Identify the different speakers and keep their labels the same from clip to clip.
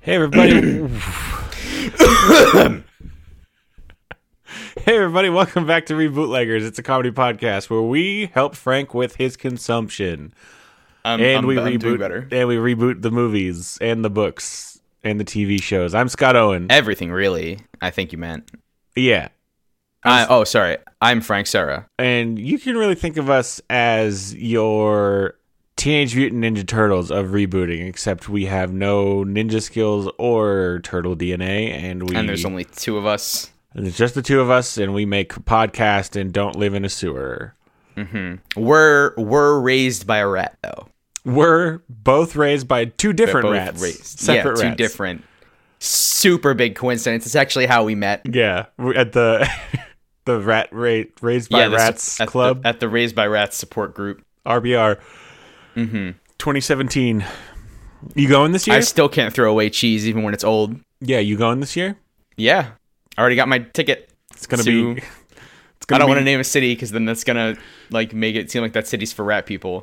Speaker 1: Hey everybody. hey everybody, welcome back to Rebootleggers. It's a comedy podcast where we help Frank with his consumption.
Speaker 2: I'm,
Speaker 1: And
Speaker 2: I'm-
Speaker 1: we
Speaker 2: I'm doing
Speaker 1: reboot
Speaker 2: better.
Speaker 1: and we reboot the movies and the books and the TV shows. I'm Scott Owen.
Speaker 2: Everything really. I think you meant.
Speaker 1: Yeah.
Speaker 2: I, oh, sorry. I'm Frank Sarah.
Speaker 1: And you can really think of us as your Teenage Mutant Ninja Turtles of rebooting, except we have no ninja skills or turtle DNA and we
Speaker 2: And there's only two of us.
Speaker 1: And It's just the two of us, and we make a podcast and don't live in a sewer.
Speaker 2: We're we're raised by a rat though.
Speaker 1: We're both raised by two different
Speaker 2: Both
Speaker 1: rats,
Speaker 2: raised.
Speaker 1: separate
Speaker 2: yeah, two
Speaker 1: rats.
Speaker 2: different. Super big coincidence. It's actually how we met.
Speaker 1: Yeah, we're at the the rat ra- raised by
Speaker 2: yeah, this-
Speaker 1: rats
Speaker 2: at the-
Speaker 1: club
Speaker 2: at the Raised by Rats support group.
Speaker 1: RBR, twenty seventeen. You going this year?
Speaker 2: Mm-hmm. I still can't throw away cheese even when it's old.
Speaker 1: yeah, you going this year?
Speaker 2: Yeah, I already got my ticket.
Speaker 1: It's gonna
Speaker 2: to-
Speaker 1: be. It's
Speaker 2: I
Speaker 1: gonna
Speaker 2: don't
Speaker 1: be,
Speaker 2: want to name a city because then that's gonna like make it seem like that city's for rat people.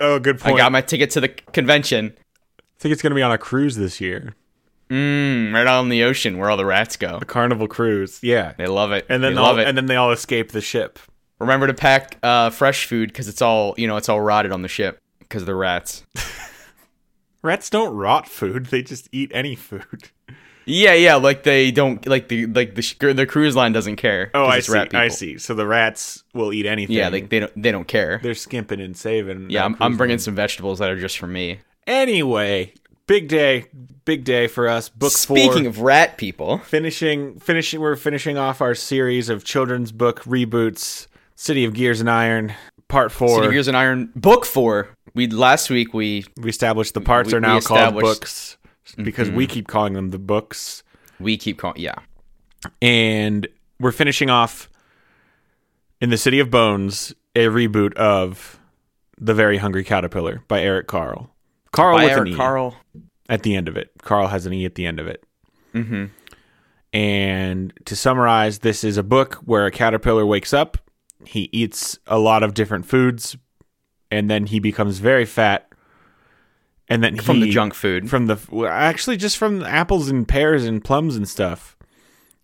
Speaker 1: Oh, good point.
Speaker 2: I
Speaker 1: I,
Speaker 2: got my ticket to the convention.
Speaker 1: think it's gonna be on a cruise this year,
Speaker 2: Mm, right on the ocean where all the rats go.
Speaker 1: a Carnival cruise. Yeah,
Speaker 2: They love it.
Speaker 1: and then
Speaker 2: they
Speaker 1: all,
Speaker 2: love it.
Speaker 1: and then they all escape the ship.
Speaker 2: Remember to pack uh, fresh food because it's all you know. It's all rotted on the ship because of the rats.
Speaker 1: Rats don't rot food; they just eat any food.
Speaker 2: yeah, yeah. Like they don't like the like the sh- the cruise line doesn't care.
Speaker 1: Oh,
Speaker 2: 'cause
Speaker 1: I
Speaker 2: it's
Speaker 1: see.
Speaker 2: rat
Speaker 1: I
Speaker 2: people.
Speaker 1: see. So the rats will eat anything.
Speaker 2: Yeah, like they don't they don't care.
Speaker 1: they're skimping and saving.
Speaker 2: Yeah,
Speaker 1: that
Speaker 2: I'm, I'm
Speaker 1: cruise
Speaker 2: bringing
Speaker 1: line.
Speaker 2: some vegetables that are just for me.
Speaker 1: Anyway, big day, big day for us. Book
Speaker 2: Speaking
Speaker 1: four.
Speaker 2: of rat people,
Speaker 1: finishing, finishing. We're finishing off our series of children's book reboots. City of Gears and Iron, part four.
Speaker 2: City of Gears and Iron book four. We last week we
Speaker 1: we established the parts
Speaker 2: we-
Speaker 1: are now
Speaker 2: we
Speaker 1: called
Speaker 2: established- Mm-hmm.
Speaker 1: books because we keep calling them the books,
Speaker 2: we keep calling yeah
Speaker 1: and we're finishing off in the City of Bones a reboot of the Very Hungry Caterpillar by Eric Carl. Carl
Speaker 2: by
Speaker 1: with
Speaker 2: Eric
Speaker 1: an E.
Speaker 2: Carl.
Speaker 1: at the end of it. Carl has an E at the end of it. Mm-hmm. And to summarize, this is a book where a caterpillar wakes up, he eats a lot of different foods, and then he becomes very fat. And then
Speaker 2: from the
Speaker 1: he-
Speaker 2: junk food.
Speaker 1: from the well, actually just from apples and pears and plums and stuff.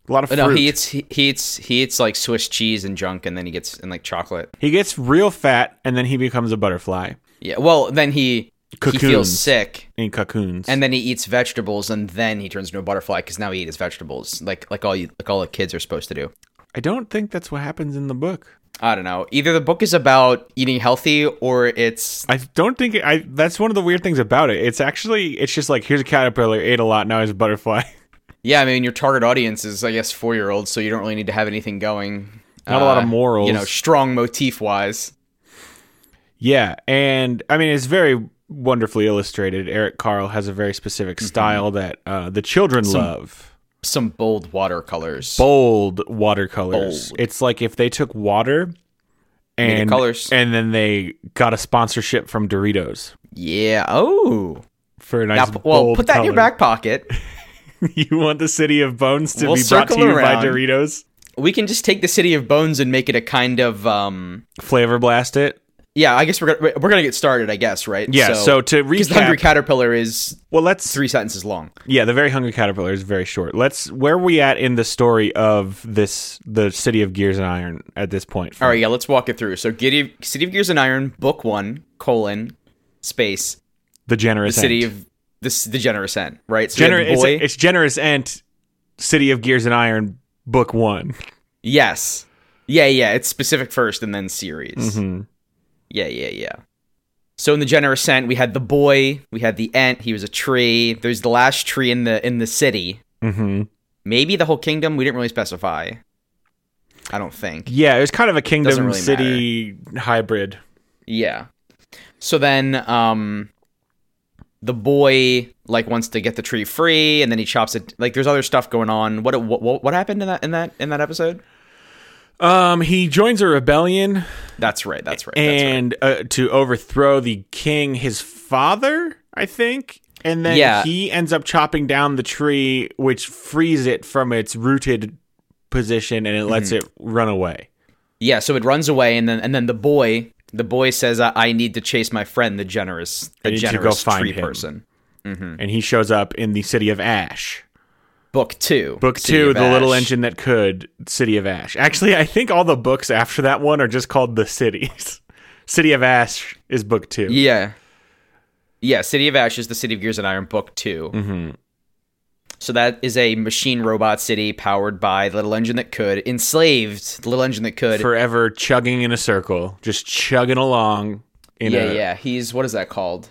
Speaker 1: A lot of fruit.
Speaker 2: No, he eats he, he eats he eats like Swiss cheese and junk, and then he gets and like chocolate.
Speaker 1: he gets real fat, and then he becomes a butterfly
Speaker 2: Yeah. Well, then he he
Speaker 1: Cocoons.
Speaker 2: feels sick,
Speaker 1: in cocoons.
Speaker 2: and then he eats vegetables, and then he turns into a butterfly because now he eats vegetables, like like all you like all the kids are supposed to do.
Speaker 1: I don't think that's what happens in the book.
Speaker 2: I don't know. Either the book is about eating healthy, or it's
Speaker 1: I don't think it, I. That's one of the weird things about it. It's actually it's just like here's a caterpillar ate a lot now he's a butterfly.
Speaker 2: yeah. I mean, your target audience is I guess four year olds, so you don't really need to have anything going.
Speaker 1: Not a lot of
Speaker 2: uh,
Speaker 1: morals.
Speaker 2: you know, strong motif wise.
Speaker 1: yeah, and I mean it's very wonderfully illustrated. Eric Carl has a very specific
Speaker 2: Mm-hmm.
Speaker 1: style that uh, the children love.
Speaker 2: Some bold watercolors.
Speaker 1: Bold watercolors.
Speaker 2: Bold.
Speaker 1: It's like if they took water
Speaker 2: it
Speaker 1: and
Speaker 2: colors.
Speaker 1: and then they got a sponsorship from Doritos
Speaker 2: yeah. Oh.
Speaker 1: for a
Speaker 2: Now,
Speaker 1: nice.
Speaker 2: p- well,
Speaker 1: bold
Speaker 2: put that in your
Speaker 1: color.
Speaker 2: back pocket.
Speaker 1: you want the city of bones to
Speaker 2: We'll
Speaker 1: be brought to
Speaker 2: circle
Speaker 1: you by
Speaker 2: around.
Speaker 1: Doritos.
Speaker 2: we can just take the city of bones and make it a kind of um
Speaker 1: Flavor blast it.
Speaker 2: yeah i guess we're gonna we're gonna get started i guess right
Speaker 1: Yeah. So, to
Speaker 2: because the hungry
Speaker 1: recap,
Speaker 2: caterpillar is
Speaker 1: well, let's
Speaker 2: three sentences long
Speaker 1: Yeah, the very hungry caterpillar is very short. Let's where are we at in the story of this the city of gears and iron at this point.
Speaker 2: all right yeah let's walk it through so Giddy, city of gears and iron book one colon space
Speaker 1: the generous
Speaker 2: the city
Speaker 1: Ant.
Speaker 2: of this the generous end right so we have
Speaker 1: Gener-
Speaker 2: the
Speaker 1: it's,
Speaker 2: boy
Speaker 1: it's generous ant city of gears and iron book one.
Speaker 2: yes yeah yeah it's specific first and then series
Speaker 1: hmm
Speaker 2: Mm-hmm. yeah yeah yeah so in the generous end we had the boy we had the ant he was a tree there's the last tree in the in the city
Speaker 1: hmm
Speaker 2: maybe the whole kingdom we didn't really specify i don't think
Speaker 1: Yeah, it was kind of a kingdom
Speaker 2: really
Speaker 1: city hybrid.
Speaker 2: yeah so then um the boy like wants to get the tree free and then he chops it like there's other stuff going on what what what happened in that in that in that episode
Speaker 1: Um, he joins a rebellion
Speaker 2: that's right that's right that's right.
Speaker 1: and uh, to overthrow the king, his father, I think. And then
Speaker 2: Yeah.
Speaker 1: he ends up chopping down the tree, which frees it from its rooted position
Speaker 2: Mm-hmm.
Speaker 1: and it lets it run away.
Speaker 2: yeah so it runs away and then and then the boy the boy says i, I need to chase my friend the generous the
Speaker 1: need to go
Speaker 2: generous
Speaker 1: find
Speaker 2: tree
Speaker 1: him.
Speaker 2: person
Speaker 1: and he shows up in the city of Ash.
Speaker 2: Book two.
Speaker 1: Book
Speaker 2: City
Speaker 1: two,
Speaker 2: of
Speaker 1: The Little
Speaker 2: Ash.
Speaker 1: Engine That Could, City of Ash. Actually, I think all the books after that one are just called The Cities. City of Ash is book two.
Speaker 2: Yeah. Yeah, City of Ash is the City of Gears and Iron Book 2. Mm-hmm. So that is a machine robot city powered by the little engine that could, enslaved the little engine that could.
Speaker 1: Forever chugging in a circle, just chugging along in
Speaker 2: yeah,
Speaker 1: a
Speaker 2: yeah. He's, what is that called?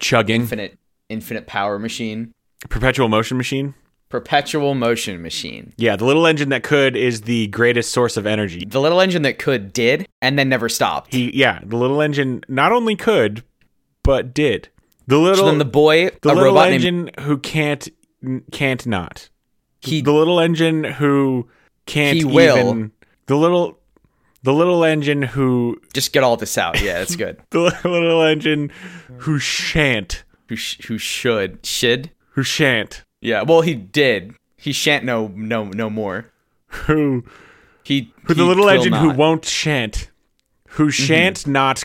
Speaker 1: chugging
Speaker 2: Infinite, infinite power machine.
Speaker 1: perpetual motion machine.
Speaker 2: Perpetual motion machine.
Speaker 1: Yeah, the little engine that could is the greatest source of energy.
Speaker 2: The little engine that could did and then never stopped.
Speaker 1: He yeah, the little engine not only could, but did. The
Speaker 2: So
Speaker 1: little
Speaker 2: then the boy,
Speaker 1: the
Speaker 2: a
Speaker 1: little
Speaker 2: robot named,
Speaker 1: engine who can't can't not.
Speaker 2: he,
Speaker 1: the little engine who can't
Speaker 2: He will.
Speaker 1: even the little the little engine who
Speaker 2: just get all this out. Yeah, that's good.
Speaker 1: the little engine who shan't
Speaker 2: who, sh- who should, should?
Speaker 1: who shan't
Speaker 2: Yeah, well, he did. He shan't no, no, no more.
Speaker 1: who
Speaker 2: He,
Speaker 1: who the
Speaker 2: he
Speaker 1: little
Speaker 2: will
Speaker 1: engine who
Speaker 2: not. Mm-hmm.
Speaker 1: won't shan't who shan't not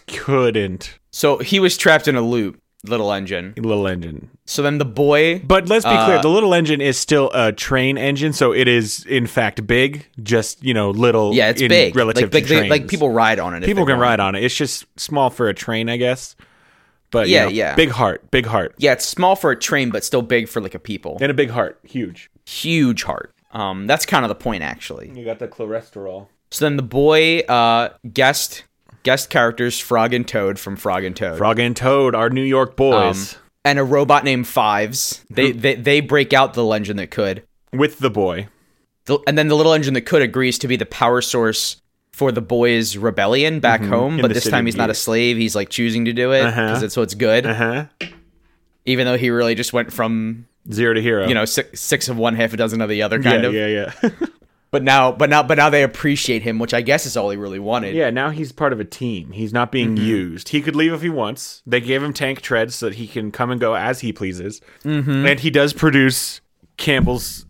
Speaker 1: couldn't
Speaker 2: So he was trapped in a loop, little engine.
Speaker 1: little engine
Speaker 2: So then the boy,
Speaker 1: but let's be clear
Speaker 2: Uh,
Speaker 1: the little engine is still a train engine so it is in fact big just you know little
Speaker 2: yeah, it's
Speaker 1: in
Speaker 2: big.
Speaker 1: relative
Speaker 2: like, like,
Speaker 1: to
Speaker 2: they- like
Speaker 1: trains.
Speaker 2: people ride on it. if
Speaker 1: people
Speaker 2: they
Speaker 1: can
Speaker 2: want.
Speaker 1: ride on it it's just small for a train i guess but you
Speaker 2: Yeah,
Speaker 1: know,
Speaker 2: yeah.
Speaker 1: big heart big heart
Speaker 2: Yeah, it's small for a train, but still big for like a people.
Speaker 1: and a big heart huge
Speaker 2: Huge heart. Um, that's kind of the point actually.
Speaker 1: You got the cholesterol.
Speaker 2: So then the boy, uh, guest guest characters Frog and Toad from Frog and Toad,
Speaker 1: Frog and Toad are New York boys
Speaker 2: and a robot named Fives. They they they break out the engine that could.
Speaker 1: with the boy.
Speaker 2: The- and then the little engine that could agrees to be the power source for the boy's rebellion back home
Speaker 1: Mm-hmm. In
Speaker 2: but
Speaker 1: the
Speaker 2: this
Speaker 1: city
Speaker 2: time
Speaker 1: of
Speaker 2: he's not a
Speaker 1: Geese.
Speaker 2: slave he's like choosing to do it
Speaker 1: Uh-huh.
Speaker 2: because it's what's good
Speaker 1: huh.
Speaker 2: even though he really just went from
Speaker 1: Zero to hero.
Speaker 2: you know six, six of one half a dozen of the other kind
Speaker 1: yeah,
Speaker 2: of
Speaker 1: yeah, yeah.
Speaker 2: but now but now but now they appreciate him which i guess is all he really wanted
Speaker 1: yeah. Now he's part of a team. He's not being
Speaker 2: Mm-hmm.
Speaker 1: used. He could leave if he wants. They gave him tank treads so that he can come and go as he pleases. Mm-hmm. And he does produce Campbell's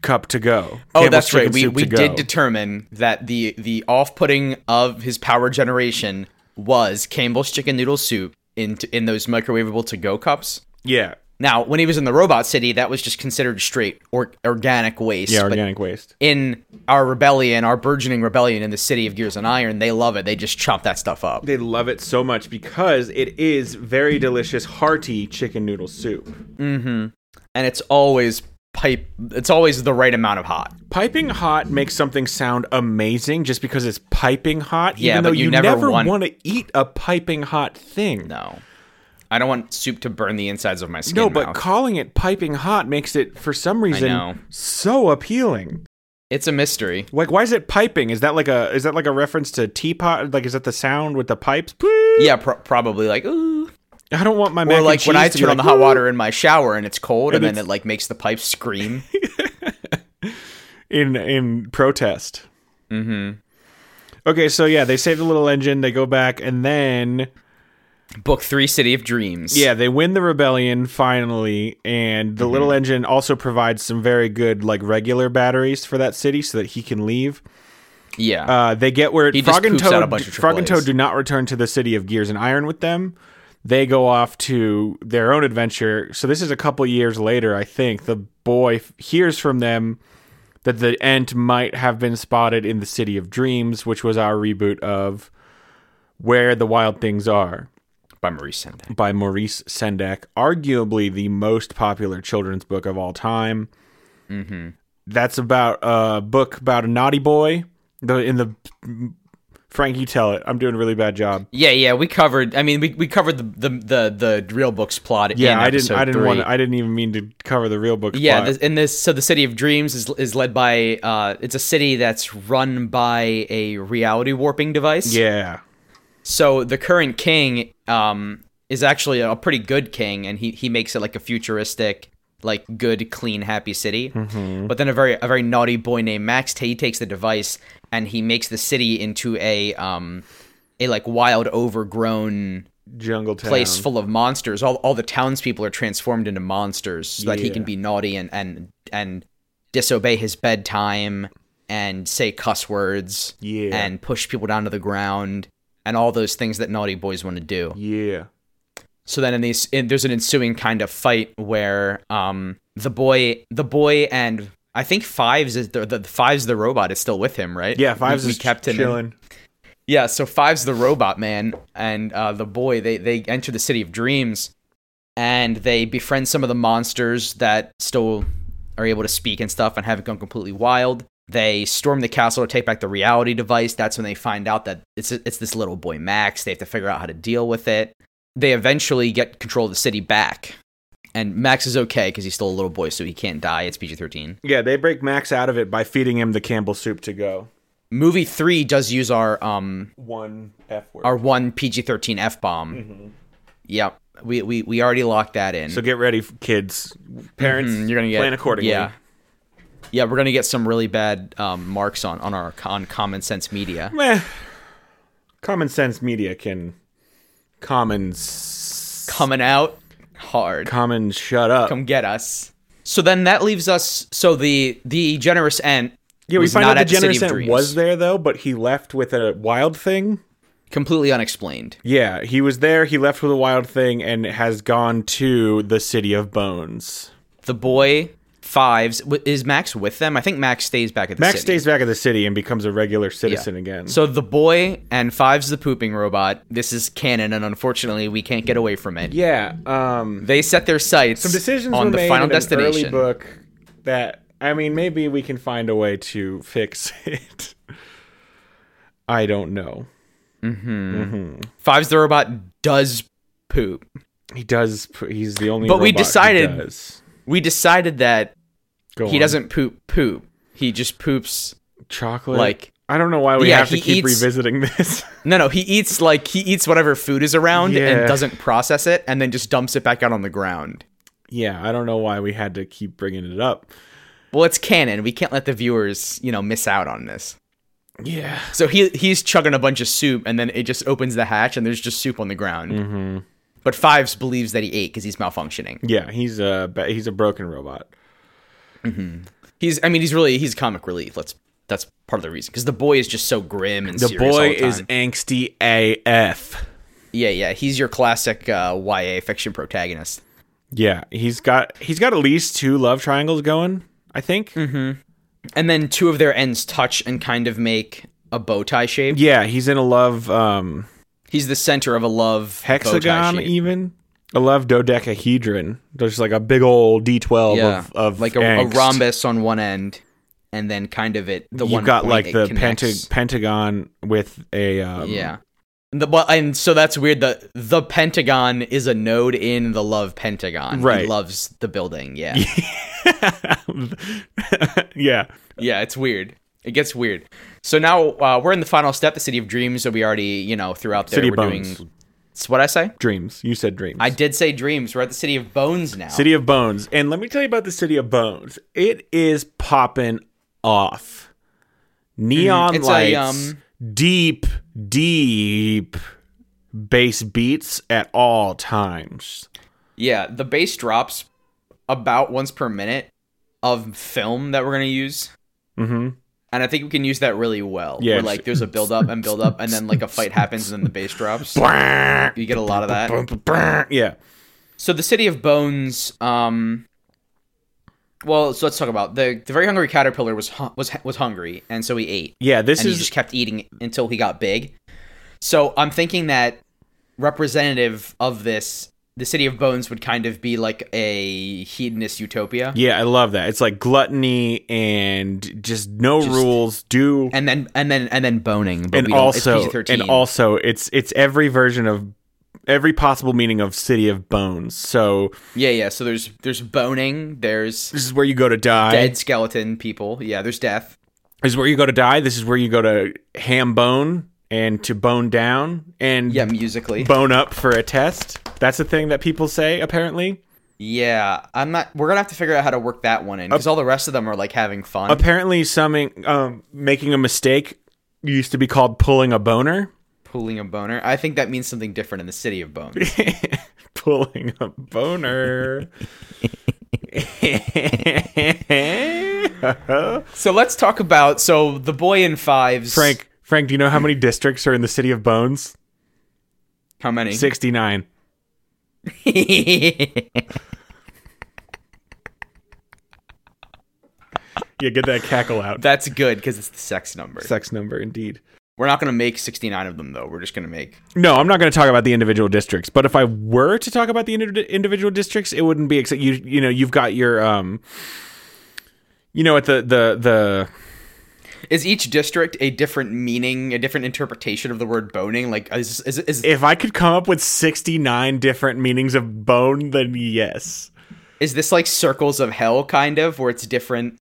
Speaker 1: cup to go.
Speaker 2: oh
Speaker 1: Campbell's
Speaker 2: that's right
Speaker 1: chicken
Speaker 2: we,
Speaker 1: soup
Speaker 2: we
Speaker 1: to go.
Speaker 2: did determine that the the off-putting of his power generation was campbell's chicken noodle soup in in those microwavable to-go cups
Speaker 1: yeah,
Speaker 2: Now, when he was in the robot city, that was just considered straight or- organic waste.
Speaker 1: yeah.
Speaker 2: but
Speaker 1: Organic waste.
Speaker 2: in our rebellion, our burgeoning rebellion in the city of Gears and Iron, they love it. They just chomp that stuff up.
Speaker 1: They love it so much because it is very delicious, hearty chicken noodle soup.
Speaker 2: And it's always pipe it's always the right amount of hot.
Speaker 1: Piping hot makes something sound amazing just because it's piping hot,
Speaker 2: Yeah,
Speaker 1: even though
Speaker 2: but
Speaker 1: you,
Speaker 2: you
Speaker 1: never,
Speaker 2: never want-
Speaker 1: want to eat a piping hot thing.
Speaker 2: No. I don't want soup to burn the insides of my skin.
Speaker 1: No, but
Speaker 2: now.
Speaker 1: calling it piping hot makes it, for some reason,
Speaker 2: know.
Speaker 1: so appealing.
Speaker 2: it's a mystery.
Speaker 1: Like, why is it piping? Is that like a is that like a reference to teapot? Like, is that the sound with the pipes?
Speaker 2: Yeah, pro- probably like ooh.
Speaker 1: I don't want my mac
Speaker 2: Or
Speaker 1: and
Speaker 2: like when I
Speaker 1: cheese to be
Speaker 2: turn on
Speaker 1: like,
Speaker 2: the hot
Speaker 1: "Woo!"
Speaker 2: water in my shower and it's cold and,
Speaker 1: And
Speaker 2: then
Speaker 1: it's-
Speaker 2: it like makes the pipe scream.
Speaker 1: in in protest. Mm-hmm. Okay, so yeah, they save the little engine. They go back, and then
Speaker 2: Book 3 City of Dreams.
Speaker 1: Yeah, they win the rebellion finally, and
Speaker 2: Mm-hmm.
Speaker 1: the little engine also provides some very good like regular batteries for that city so that he can leave.
Speaker 2: Yeah.
Speaker 1: Uh, they get where
Speaker 2: just
Speaker 1: Frog and
Speaker 2: poops out
Speaker 1: Toad,
Speaker 2: a bunch of
Speaker 1: Frog and
Speaker 2: AAAs.
Speaker 1: Toad do not return to the city of Gears and Iron with them. They go off to their own adventure. So this is a couple years later, I think. The boy f- hears from them that the Ent might have been spotted in the City of Dreams, which was our reboot of Where the Wild Things Are
Speaker 2: by Maurice Sendak.
Speaker 1: by Maurice Sendak, arguably the most popular children's book of all time.
Speaker 2: Mm-hmm.
Speaker 1: That's about a book about a naughty boy. The in the Frank, you tell it. I'm doing a really bad job.
Speaker 2: Yeah, yeah, we covered. I mean, we, we covered the, the the the real books plot.
Speaker 1: Yeah,
Speaker 2: in
Speaker 1: I didn't.
Speaker 2: episode
Speaker 1: I didn't
Speaker 2: three.
Speaker 1: want. I didn't even mean to cover the real book.
Speaker 2: Yeah,
Speaker 1: plot.
Speaker 2: this, and this so the city of dreams is is led by uh, it's a city that's run by a reality warping device.
Speaker 1: yeah.
Speaker 2: So the current king um is actually a pretty good king, and he he makes it like a futuristic, like good, clean, happy city.
Speaker 1: Mm-hmm.
Speaker 2: But then a very a very naughty boy named Max he takes the device and he makes the city into a um a like wild, overgrown
Speaker 1: Jungle Town.
Speaker 2: place full of monsters. All all the townspeople are transformed into monsters so that he can
Speaker 1: Yeah.
Speaker 2: be naughty and and and disobey his bedtime and say cuss words
Speaker 1: Yeah.
Speaker 2: and push people down to the ground and all those things that naughty boys want to do.
Speaker 1: yeah.
Speaker 2: So then in these in, there's an ensuing kind of fight where um the boy the boy and I think Fives is the, the Fives the robot is still with him, right?
Speaker 1: Yeah, Fives
Speaker 2: we,
Speaker 1: is
Speaker 2: we kept him in-
Speaker 1: chilling.
Speaker 2: yeah, so Five's the robot man and uh, the boy. They they enter the city of dreams, and they befriend some of the monsters that still are able to speak and stuff and haven't gone completely wild. They storm the castle to take back the reality device. That's when they find out that it's it's this little boy Max. They have to figure out how to deal with it. They eventually get control of the city back, and Max is okay because he's still a little boy, so he can't die. It's PG thirteen.
Speaker 1: Yeah, they break Max out of it by feeding him the Campbell soup to go.
Speaker 2: Movie three does use our um
Speaker 1: One F word.
Speaker 2: our one PG thirteen f bomb. Yep, we, we we already locked that in.
Speaker 1: Mm-hmm. so get ready, kids, parents.
Speaker 2: Mm, you're gonna get
Speaker 1: plan accordingly.
Speaker 2: Yeah, yeah, we're gonna get some really bad um, marks on on our on common sense media.
Speaker 1: Meh. Common sense media can common s-
Speaker 2: Coming out hard.
Speaker 1: common shut up.
Speaker 2: Come get us. So then that leaves us. So the the generous ant.
Speaker 1: yeah, we
Speaker 2: was
Speaker 1: find
Speaker 2: not
Speaker 1: out the
Speaker 2: at City of
Speaker 1: generous Ant
Speaker 2: Dreams.
Speaker 1: was there though, but he left with a wild thing.
Speaker 2: completely unexplained.
Speaker 1: Yeah, he was there. He left with a wild thing and has gone to the city of bones.
Speaker 2: The boy fives w- is Max with them. I think Max stays back at the
Speaker 1: Max
Speaker 2: city.
Speaker 1: stays back at the city and becomes a regular
Speaker 2: Yeah.
Speaker 1: citizen again.
Speaker 2: So the boy and Fives the pooping robot. This is canon, and unfortunately, we can't get away from it.
Speaker 1: yeah, um,
Speaker 2: They set their sights
Speaker 1: some decisions
Speaker 2: on
Speaker 1: were
Speaker 2: the
Speaker 1: made
Speaker 2: final
Speaker 1: in
Speaker 2: destination.
Speaker 1: An early book that I mean, maybe we can find a way to fix it. I don't know.
Speaker 2: Fives the robot does poop.
Speaker 1: He does. p- He's the only.
Speaker 2: But we
Speaker 1: robot who
Speaker 2: decided-
Speaker 1: does.
Speaker 2: We decided that
Speaker 1: Go
Speaker 2: he
Speaker 1: on.
Speaker 2: doesn't poop poop. He just poops
Speaker 1: chocolate.
Speaker 2: like-
Speaker 1: I don't know why we
Speaker 2: Yeah,
Speaker 1: have to
Speaker 2: he
Speaker 1: keep
Speaker 2: eats-
Speaker 1: revisiting this.
Speaker 2: no no, he eats like he eats whatever food is around
Speaker 1: Yeah.
Speaker 2: and doesn't process it and then just dumps it back out on the ground.
Speaker 1: yeah, I don't know why we had to keep bringing it up.
Speaker 2: Well, it's canon. We can't let the viewers, you know, miss out on this.
Speaker 1: Yeah.
Speaker 2: So he he's chugging a bunch of soup and then it just opens the hatch and there's just soup on the ground.
Speaker 1: Mm-hmm.
Speaker 2: But Fives believes that he ate because he's malfunctioning.
Speaker 1: Yeah, he's a ba- he's a broken robot.
Speaker 2: He's I mean he's really he's comic relief. Let's that's part of the reason because the boy is just so grim and
Speaker 1: The
Speaker 2: serious all
Speaker 1: boy
Speaker 2: time.
Speaker 1: is angsty AF.
Speaker 2: Yeah, yeah, he's your classic uh, YA fiction protagonist.
Speaker 1: Yeah, he's got he's got at least two love triangles going. I think.
Speaker 2: Mm-hmm. And then two of their ends touch and kind of make a bow tie shape.
Speaker 1: Yeah, he's in a love um
Speaker 2: He's the center of a love bow tie
Speaker 1: hexagon
Speaker 2: shape.
Speaker 1: even. I love dodecahedron. There's like a big old D12
Speaker 2: yeah,
Speaker 1: of, of
Speaker 2: like a, a
Speaker 1: angst.
Speaker 2: rhombus on one end, and then kind of it. The one
Speaker 1: You've got
Speaker 2: point
Speaker 1: like
Speaker 2: it
Speaker 1: the
Speaker 2: connects.
Speaker 1: pentag- pentagon with a um,
Speaker 2: Yeah. And The, well, and so that's weird. The the Pentagon is a node in the Love Pentagon. He
Speaker 1: Right.
Speaker 2: loves the building. Yeah.
Speaker 1: yeah.
Speaker 2: yeah, it's weird. It gets weird. So now uh, we're in the final step, the City of Dreams. So we already, you know, throughout there,
Speaker 1: City
Speaker 2: we're
Speaker 1: of Bones.
Speaker 2: doing. It's what I say.
Speaker 1: Dreams. You said dreams.
Speaker 2: I did say dreams. We're at the city of bones now.
Speaker 1: City of Bones. And let me tell you about the City of Bones. It is popping off. Neon
Speaker 2: It's a,
Speaker 1: lights,
Speaker 2: um,
Speaker 1: deep, deep bass beats at all times.
Speaker 2: yeah, the bass drops about once per minute of film that we're gonna use,
Speaker 1: Mm-hmm.
Speaker 2: and I think we can use that really well.
Speaker 1: Yeah,
Speaker 2: where,
Speaker 1: it's-
Speaker 2: like there's a build up and build up, and then like a fight happens, and then the bass drops. You get a lot of that.
Speaker 1: Yeah.
Speaker 2: So the city of bones. Um, well, so let's talk about the the very hungry caterpillar was hu- was was hungry, and so he ate.
Speaker 1: Yeah, this
Speaker 2: and
Speaker 1: is
Speaker 2: he just kept eating until he got big. So I'm thinking that representative of this, the city of bones would kind of be like a hedonist utopia,
Speaker 1: Yeah, I love that. It's like gluttony and just no rules. Do
Speaker 2: and then and then and then boning, but
Speaker 1: and
Speaker 2: we don't-
Speaker 1: also
Speaker 2: it's PG-13.
Speaker 1: and also it's it's every version of every possible meaning of City of Bones. So
Speaker 2: yeah, yeah. So there's there's boning, there's
Speaker 1: this is where you go to die.
Speaker 2: dead skeleton people. Yeah, there's death.
Speaker 1: This is where you go to die. This is where you go to ham bone and to bone down and
Speaker 2: Yeah, musically.
Speaker 1: bone up for a test. That's a thing that people say apparently.
Speaker 2: yeah, I'm not. We're gonna have to figure out how to work that one in because all the rest of them are like having fun.
Speaker 1: Apparently, summing um, making a mistake used to be called pulling a boner.
Speaker 2: Pulling a boner. I think that means something different in the city of bones.
Speaker 1: pulling a boner.
Speaker 2: So let's talk about so the boy in fives.
Speaker 1: Frank, Frank, do you know how many districts are in the city of Bones?
Speaker 2: how many?
Speaker 1: Sixty-nine. Yeah, get that cackle out.
Speaker 2: That's good because it's the sex number.
Speaker 1: Sex number, indeed.
Speaker 2: We're not going to make 69 of them, though. We're just going to make.
Speaker 1: No, I'm not going to talk about the individual districts. But if I were to talk about the indi- individual districts, it wouldn't be except you. You know, you've got your um. You know, at the the the
Speaker 2: Is each district a different meaning, a different interpretation of the word boning? Like, is, is, is,
Speaker 1: if I could come up with 69 different meanings of bone, then yes.
Speaker 2: is this like circles of hell, kind of, where it's different?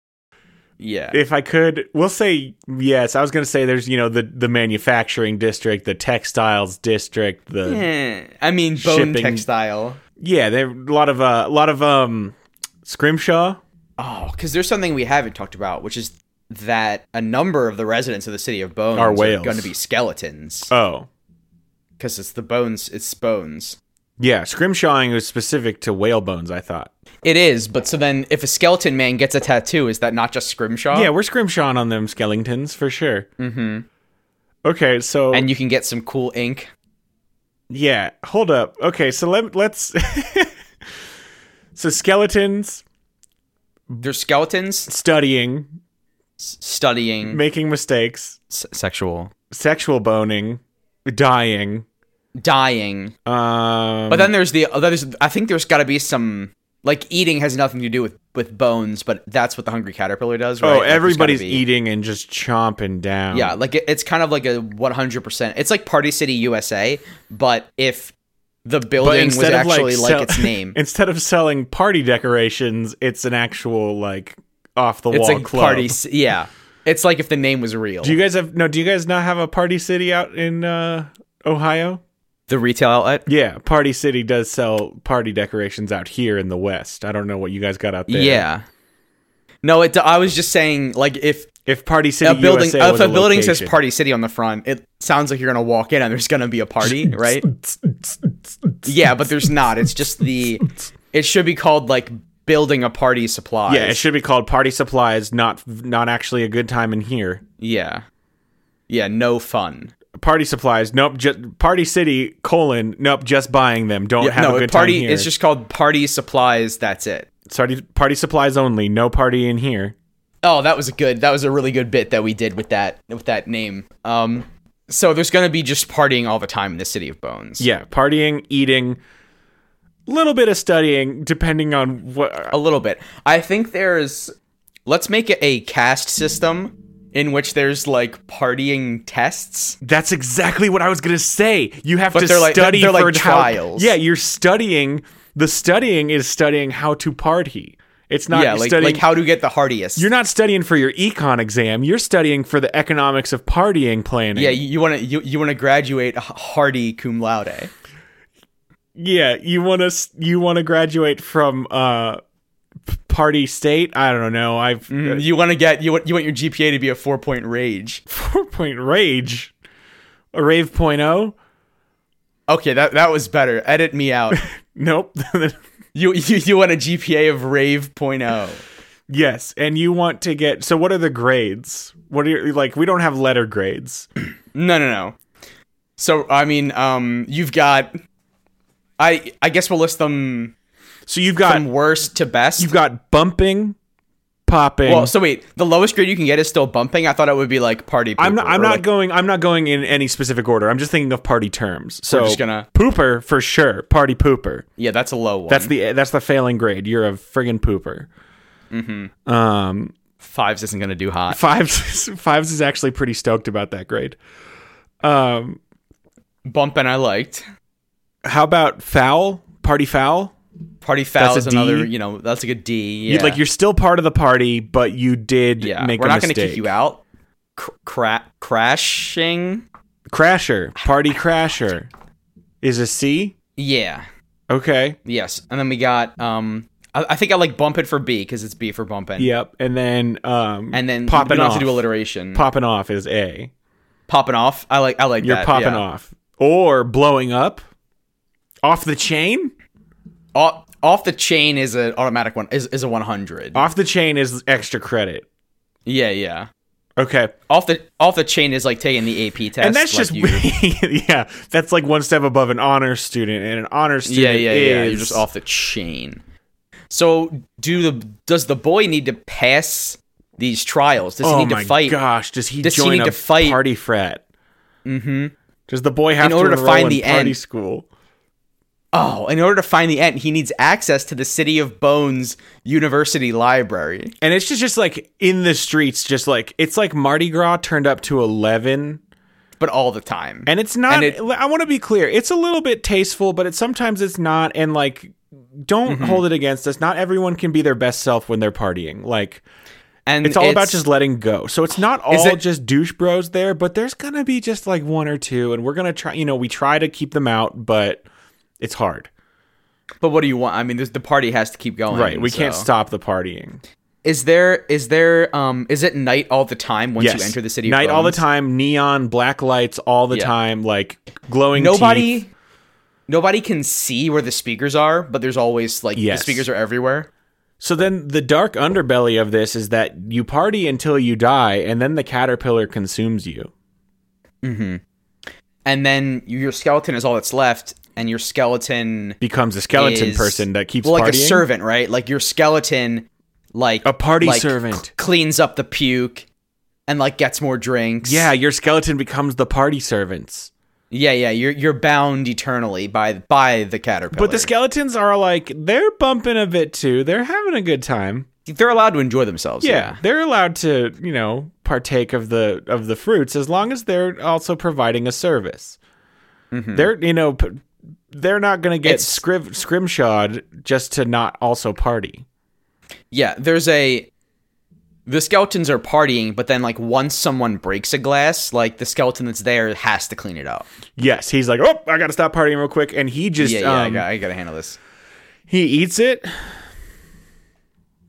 Speaker 2: Yeah.
Speaker 1: If I could, we'll say yes. I was going to say there's you know the the manufacturing district, the textiles district, the
Speaker 2: Eh, I mean, bone
Speaker 1: Shipping-
Speaker 2: textile.
Speaker 1: yeah, there a lot of uh, a lot of um scrimshaw.
Speaker 2: Oh, because there's something we haven't talked about, which is that a number of the residents of the city of bones
Speaker 1: Are whales.
Speaker 2: going to be skeletons
Speaker 1: Oh.
Speaker 2: because it's the bones, it's bones.
Speaker 1: Yeah, scrimshawing was specific to whale bones, I thought.
Speaker 2: It is, but so then if a skeleton man gets a tattoo, is that not just scrimshaw? Mm-hmm.
Speaker 1: Yeah, we're scrimshawing on them skeletons for sure. Mhm. Okay, so
Speaker 2: and you can get some cool ink.
Speaker 1: Yeah, hold up. Okay, so let let's So skeletons
Speaker 2: There's skeletons
Speaker 1: studying,
Speaker 2: s- studying
Speaker 1: making mistakes,
Speaker 2: s- sexual
Speaker 1: sexual boning, dying.
Speaker 2: dying,
Speaker 1: Um
Speaker 2: but then there's the there's I think there's got to be some like eating has nothing to do with with bones, but that's what the hungry caterpillar does, right?
Speaker 1: Oh,
Speaker 2: Like, there's gotta
Speaker 1: everybody's
Speaker 2: be-
Speaker 1: eating and just chomping down.
Speaker 2: Yeah, like it, it's kind of like a 100%. It's like Party City USA, but if the building was
Speaker 1: instead of, like,
Speaker 2: actually like,
Speaker 1: sell-
Speaker 2: its name.
Speaker 1: Instead of selling party decorations, it's an actual like off the wall
Speaker 2: It's like
Speaker 1: club.
Speaker 2: Party Ci- yeah. It's like if the name was real.
Speaker 1: Do you guys have no? Do you guys not have a Party City out in uh, Ohio?
Speaker 2: the retail outlet?
Speaker 1: Yeah, Party City does sell party decorations out here in the West. I don't know what you guys got out there.
Speaker 2: Yeah. No, it, I was just saying, like, if
Speaker 1: if Party City
Speaker 2: a building
Speaker 1: USA
Speaker 2: if
Speaker 1: was
Speaker 2: a building says
Speaker 1: location.
Speaker 2: Party City on the front, it sounds like you're gonna walk in and there's gonna be a party, right? yeah, but there's not. It's just the. It should be called like building a party supply.
Speaker 1: yeah, it should be called Party Supplies. Not not actually a good time in here.
Speaker 2: yeah, yeah. No fun.
Speaker 1: Party Supplies. Nope. Just Party City colon. Nope. Just buying them. Don't have
Speaker 2: no,
Speaker 1: a good
Speaker 2: party
Speaker 1: time here.
Speaker 2: it's just called party supplies. That's it.
Speaker 1: Sorry, party supplies only. No party in here.
Speaker 2: Oh, that was a good. That was a really good bit that we did with that with that name. Um, so there's gonna be just partying all the time in the city of bones.
Speaker 1: Yeah, partying, eating, little bit of studying, depending on what.
Speaker 2: a little bit. I think there's let's make it a cast system in which there's like partying tests.
Speaker 1: That's exactly what I was gonna say. You have to
Speaker 2: they're like-
Speaker 1: study
Speaker 2: they're like
Speaker 1: for how-
Speaker 2: trials.
Speaker 1: yeah, you're studying. The studying is studying how to party. It's not
Speaker 2: yeah, like
Speaker 1: studying.
Speaker 2: like how to get the heartiest.
Speaker 1: you're not studying for your econ exam. You're studying for the economics of partying planning.
Speaker 2: yeah, you, you want to you, you want to graduate h- hardy cum laude.
Speaker 1: yeah. You want to you want to graduate from uh, p- party state. I don't know. I've
Speaker 2: You want to get you want you want your GPA to be a 4-point rage.
Speaker 1: four point rage, a rave point oh.
Speaker 2: Okay, that that was better. Edit me out.
Speaker 1: Nope.
Speaker 2: you you you want a GPA of rave point oh.
Speaker 1: yes, and you want to get. So, what are the grades? What are your, like? We don't have letter grades.
Speaker 2: No, no, no. So I mean, um you've got I I guess we'll list them
Speaker 1: So you've got
Speaker 2: from worst to best.
Speaker 1: you've got bumping, popping.
Speaker 2: Well, so wait, the lowest grade you can get is still bumping. I thought it would be like party.
Speaker 1: I'm not.
Speaker 2: pooper,
Speaker 1: I'm
Speaker 2: or,
Speaker 1: not
Speaker 2: like,
Speaker 1: going. I'm not going in any specific order. I'm just thinking of party terms. So
Speaker 2: just gonna-
Speaker 1: pooper for sure. Party pooper.
Speaker 2: yeah, that's a low one.
Speaker 1: That's the that's the failing grade. You're a friggin' pooper.
Speaker 2: Mm-hmm.
Speaker 1: Um,
Speaker 2: fives isn't gonna do hot.
Speaker 1: Fives Fives is actually pretty stoked about that grade. Um,
Speaker 2: Bumping I liked.
Speaker 1: How about foul? Party foul?
Speaker 2: Party foul
Speaker 1: That's a
Speaker 2: is another.
Speaker 1: D?
Speaker 2: You know, that's a good D.
Speaker 1: You-
Speaker 2: Yeah,
Speaker 1: Like you're still part of the party, but you did
Speaker 2: yeah.
Speaker 1: make
Speaker 2: We're
Speaker 1: a
Speaker 2: not
Speaker 1: mistake.
Speaker 2: gonna kick you out. Cr- cra- crashing.
Speaker 1: Crasher, party crasher, is a C.
Speaker 2: Yeah.
Speaker 1: Okay.
Speaker 2: Yes. And then we got. Um. I, I think I like bump it for B because it's B for bumping.
Speaker 1: Yep. And then um
Speaker 2: And then we
Speaker 1: popping
Speaker 2: don't
Speaker 1: off.
Speaker 2: have to do alliteration.
Speaker 1: popping off is A.
Speaker 2: popping off. I like. I like
Speaker 1: You're
Speaker 2: that.
Speaker 1: popping
Speaker 2: yeah.
Speaker 1: off or blowing up off the chain.
Speaker 2: off. Off the chain is
Speaker 1: Uh,
Speaker 2: an automatic one. Is is a one hundred.
Speaker 1: Off the chain is extra credit.
Speaker 2: Yeah. Yeah.
Speaker 1: Okay.
Speaker 2: Off the off the chain is like taking the AP test,
Speaker 1: and that's
Speaker 2: like
Speaker 1: just
Speaker 2: you-
Speaker 1: yeah, that's like one step above an honor student, and an honor student
Speaker 2: yeah, yeah, yeah. You're
Speaker 1: is-
Speaker 2: just off the chain. So do the does the boy need to pass these trials? Does
Speaker 1: Oh
Speaker 2: he need
Speaker 1: my
Speaker 2: to fight?
Speaker 1: gosh, does he
Speaker 2: Does he
Speaker 1: join
Speaker 2: need
Speaker 1: a
Speaker 2: to fight?
Speaker 1: party frat? Mm-hmm. Does the boy have
Speaker 2: In order to
Speaker 1: enroll
Speaker 2: find
Speaker 1: in
Speaker 2: the
Speaker 1: party
Speaker 2: end.
Speaker 1: school?
Speaker 2: Oh, in order to find the end, he needs access to the City of Bones University Library.
Speaker 1: And it's just just like in the streets, just like it's like Mardi Gras turned up to eleven.
Speaker 2: But all the time.
Speaker 1: And it's not.
Speaker 2: And it-
Speaker 1: I want to be clear. It's a little bit tasteful, but it sometimes it's not. And like, don't
Speaker 2: Mm-hmm.
Speaker 1: hold it against us. Not everyone can be their best self when they're partying. Like,
Speaker 2: And
Speaker 1: it's all about just letting go. So it's not all
Speaker 2: it-
Speaker 1: just douche bros there, but there's gonna be just like one or two, and we're gonna try. You know, we try to keep them out, but it's hard.
Speaker 2: But what do you want? I mean, there's- the party has to keep going.
Speaker 1: Right? We can't
Speaker 2: so.
Speaker 1: stop the partying.
Speaker 2: Is there is there um is it night all the time once you enter the city? Of
Speaker 1: night all the
Speaker 2: Bones?
Speaker 1: time, neon black lights all the
Speaker 2: Yeah.
Speaker 1: time, like glowing.
Speaker 2: Nobody.
Speaker 1: teeth.
Speaker 2: Nobody can see where the speakers are, but there's always like
Speaker 1: Yes.
Speaker 2: the speakers are everywhere.
Speaker 1: So then the dark underbelly of this is that you party until you die, and then the caterpillar consumes you.
Speaker 2: and then you- your skeleton is all that's left, and your skeleton
Speaker 1: Becomes a skeleton
Speaker 2: is-
Speaker 1: person that keeps
Speaker 2: well, like
Speaker 1: partying.
Speaker 2: a servant, right? Like your skeleton, like
Speaker 1: A party
Speaker 2: like,
Speaker 1: servant.
Speaker 2: cl- cleans up the puke and like gets more drinks.
Speaker 1: Yeah, your skeleton becomes the party servants.
Speaker 2: yeah, yeah. You're you're bound eternally by by the caterpillar,
Speaker 1: But the skeletons are like they're bumping a bit too. They're having a good time.
Speaker 2: they're allowed to enjoy themselves.
Speaker 1: Yeah, they're allowed to, you know, partake of the of the fruits as long as they're also providing a service. They're, you know, p- they're not going to get
Speaker 2: Mm-hmm. It's-
Speaker 1: scriv- scrimshawed just to not also party.
Speaker 2: Yeah, there's a the skeletons are partying, but then like once someone breaks a glass, like the skeleton that's there has to clean it up.
Speaker 1: Yes, he's like, oh, I gotta stop partying real quick, and he just
Speaker 2: Yeah, yeah, I,
Speaker 1: um,
Speaker 2: got, I gotta handle this.
Speaker 1: he eats it.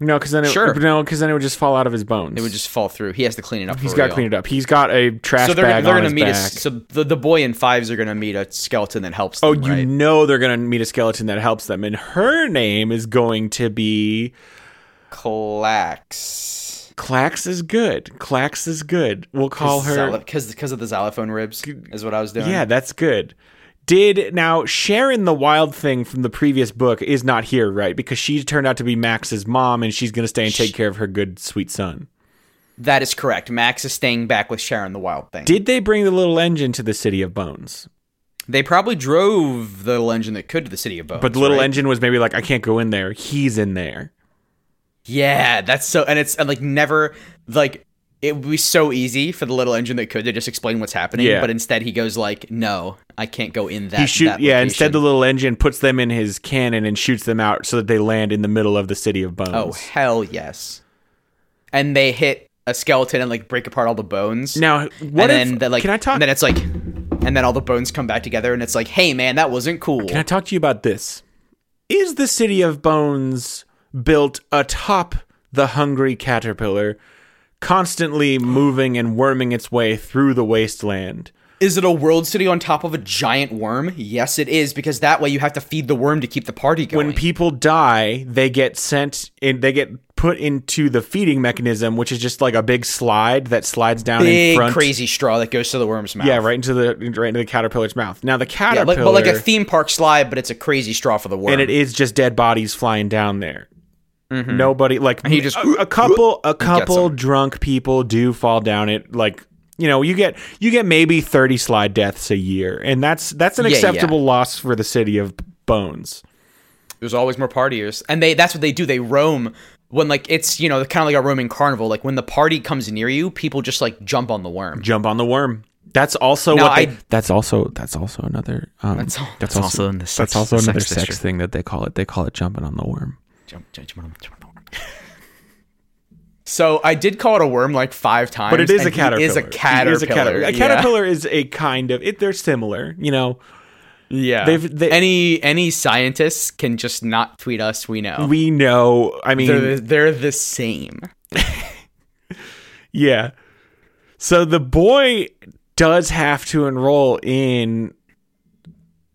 Speaker 1: No, because then it,
Speaker 2: Sure.
Speaker 1: no, because then it would just fall out of his bones.
Speaker 2: It would just fall through. He has to clean it up.
Speaker 1: he's
Speaker 2: for
Speaker 1: got to
Speaker 2: real.
Speaker 1: clean it up. He's got a trash
Speaker 2: So they're,
Speaker 1: bag
Speaker 2: they're
Speaker 1: on
Speaker 2: gonna
Speaker 1: his
Speaker 2: meet
Speaker 1: back.
Speaker 2: a so the, the boy in fives are gonna meet a skeleton that helps. Them,
Speaker 1: oh, you
Speaker 2: right?
Speaker 1: know they're gonna meet a skeleton that helps them, and her name is going to be
Speaker 2: clacks.
Speaker 1: Clax is good. Clax is good. We'll call her.
Speaker 2: because because of the xylophone ribs is what I was doing.
Speaker 1: Yeah, that's good. Did now Sharon the wild thing from the previous book is not here, right? Because she turned out to be Max's mom, and she's gonna stay and take care of her good sweet son.
Speaker 2: that is correct. Max is staying back with Sharon the Wild Thing.
Speaker 1: Did they bring the little engine to the city of bones?
Speaker 2: they probably drove the little engine that could to the city of bones.
Speaker 1: But the little
Speaker 2: right?
Speaker 1: engine was maybe like, I can't go in there. He's in there.
Speaker 2: Yeah, that's so, and it's and like never like it would be so easy for the little engine that could to just explain what's happening.
Speaker 1: Yeah.
Speaker 2: But instead, he goes like, "No, I can't go in that."
Speaker 1: He shoot.
Speaker 2: that
Speaker 1: Yeah.
Speaker 2: location."
Speaker 1: Instead, the little engine puts them in his cannon and shoots them out so that they land in the middle of the city of bones.
Speaker 2: oh hell yes, and they hit a skeleton and like break apart all the bones.
Speaker 1: now
Speaker 2: and
Speaker 1: what if?
Speaker 2: then that like
Speaker 1: can I talk?
Speaker 2: And then it's like, and then all the bones come back together, and it's like, "Hey man, that wasn't cool."
Speaker 1: Can I talk to you about this? Is the city of bones built atop the hungry caterpillar, constantly moving and worming its way through the wasteland?
Speaker 2: Is it a world city on top of a giant worm? Yes, it is because that way you have to feed the worm to keep the party going.
Speaker 1: when people die, they get sent in they get put into the feeding mechanism, which is just like a big slide that slides down in
Speaker 2: Big
Speaker 1: front.
Speaker 2: crazy straw that goes to the worm's mouth.
Speaker 1: Yeah, right into the right into the caterpillar's mouth. Now the
Speaker 2: Yeah,
Speaker 1: caterpillar
Speaker 2: like, but like a theme park slide, but it's a crazy straw for the worm.
Speaker 1: and it is just dead bodies flying down there. Nobody like
Speaker 2: Mm-hmm. he just-
Speaker 1: Uh, a, a couple a couple
Speaker 2: 'em.
Speaker 1: drunk people do fall down it like you know you get you get maybe 30 slide deaths a year and that's that's an
Speaker 2: Yeah, yeah.
Speaker 1: acceptable loss for the city of bones.
Speaker 2: There's always more partiers, and they—that's what they do. They roam when like it's you know kind of like a roaming carnival. Like when the party comes near you, people just like jump on the worm.
Speaker 1: jump on the worm. That's also
Speaker 2: No,
Speaker 1: what they,
Speaker 2: I-
Speaker 1: that's also that's also another um, that's,
Speaker 2: al- that's also in the sex-
Speaker 1: that's also
Speaker 2: the sex
Speaker 1: another sex
Speaker 2: district.
Speaker 1: thing that they call it. They call it jumping on the worm.
Speaker 2: Jump, jump, jump on, jump on the worm. so I did call it a worm like five times,
Speaker 1: But it is, a
Speaker 2: and he
Speaker 1: caterpillar.
Speaker 2: Is a caterpillar.
Speaker 1: It is a caterpillar. A
Speaker 2: yeah.
Speaker 1: caterpillar is a kind of it. They're similar, you know.
Speaker 2: Yeah.
Speaker 1: They've- they-
Speaker 2: any any scientists can just not tweet us. We know
Speaker 1: We know. I mean,
Speaker 2: they're they're the same.
Speaker 1: yeah. So the boy does have to enroll in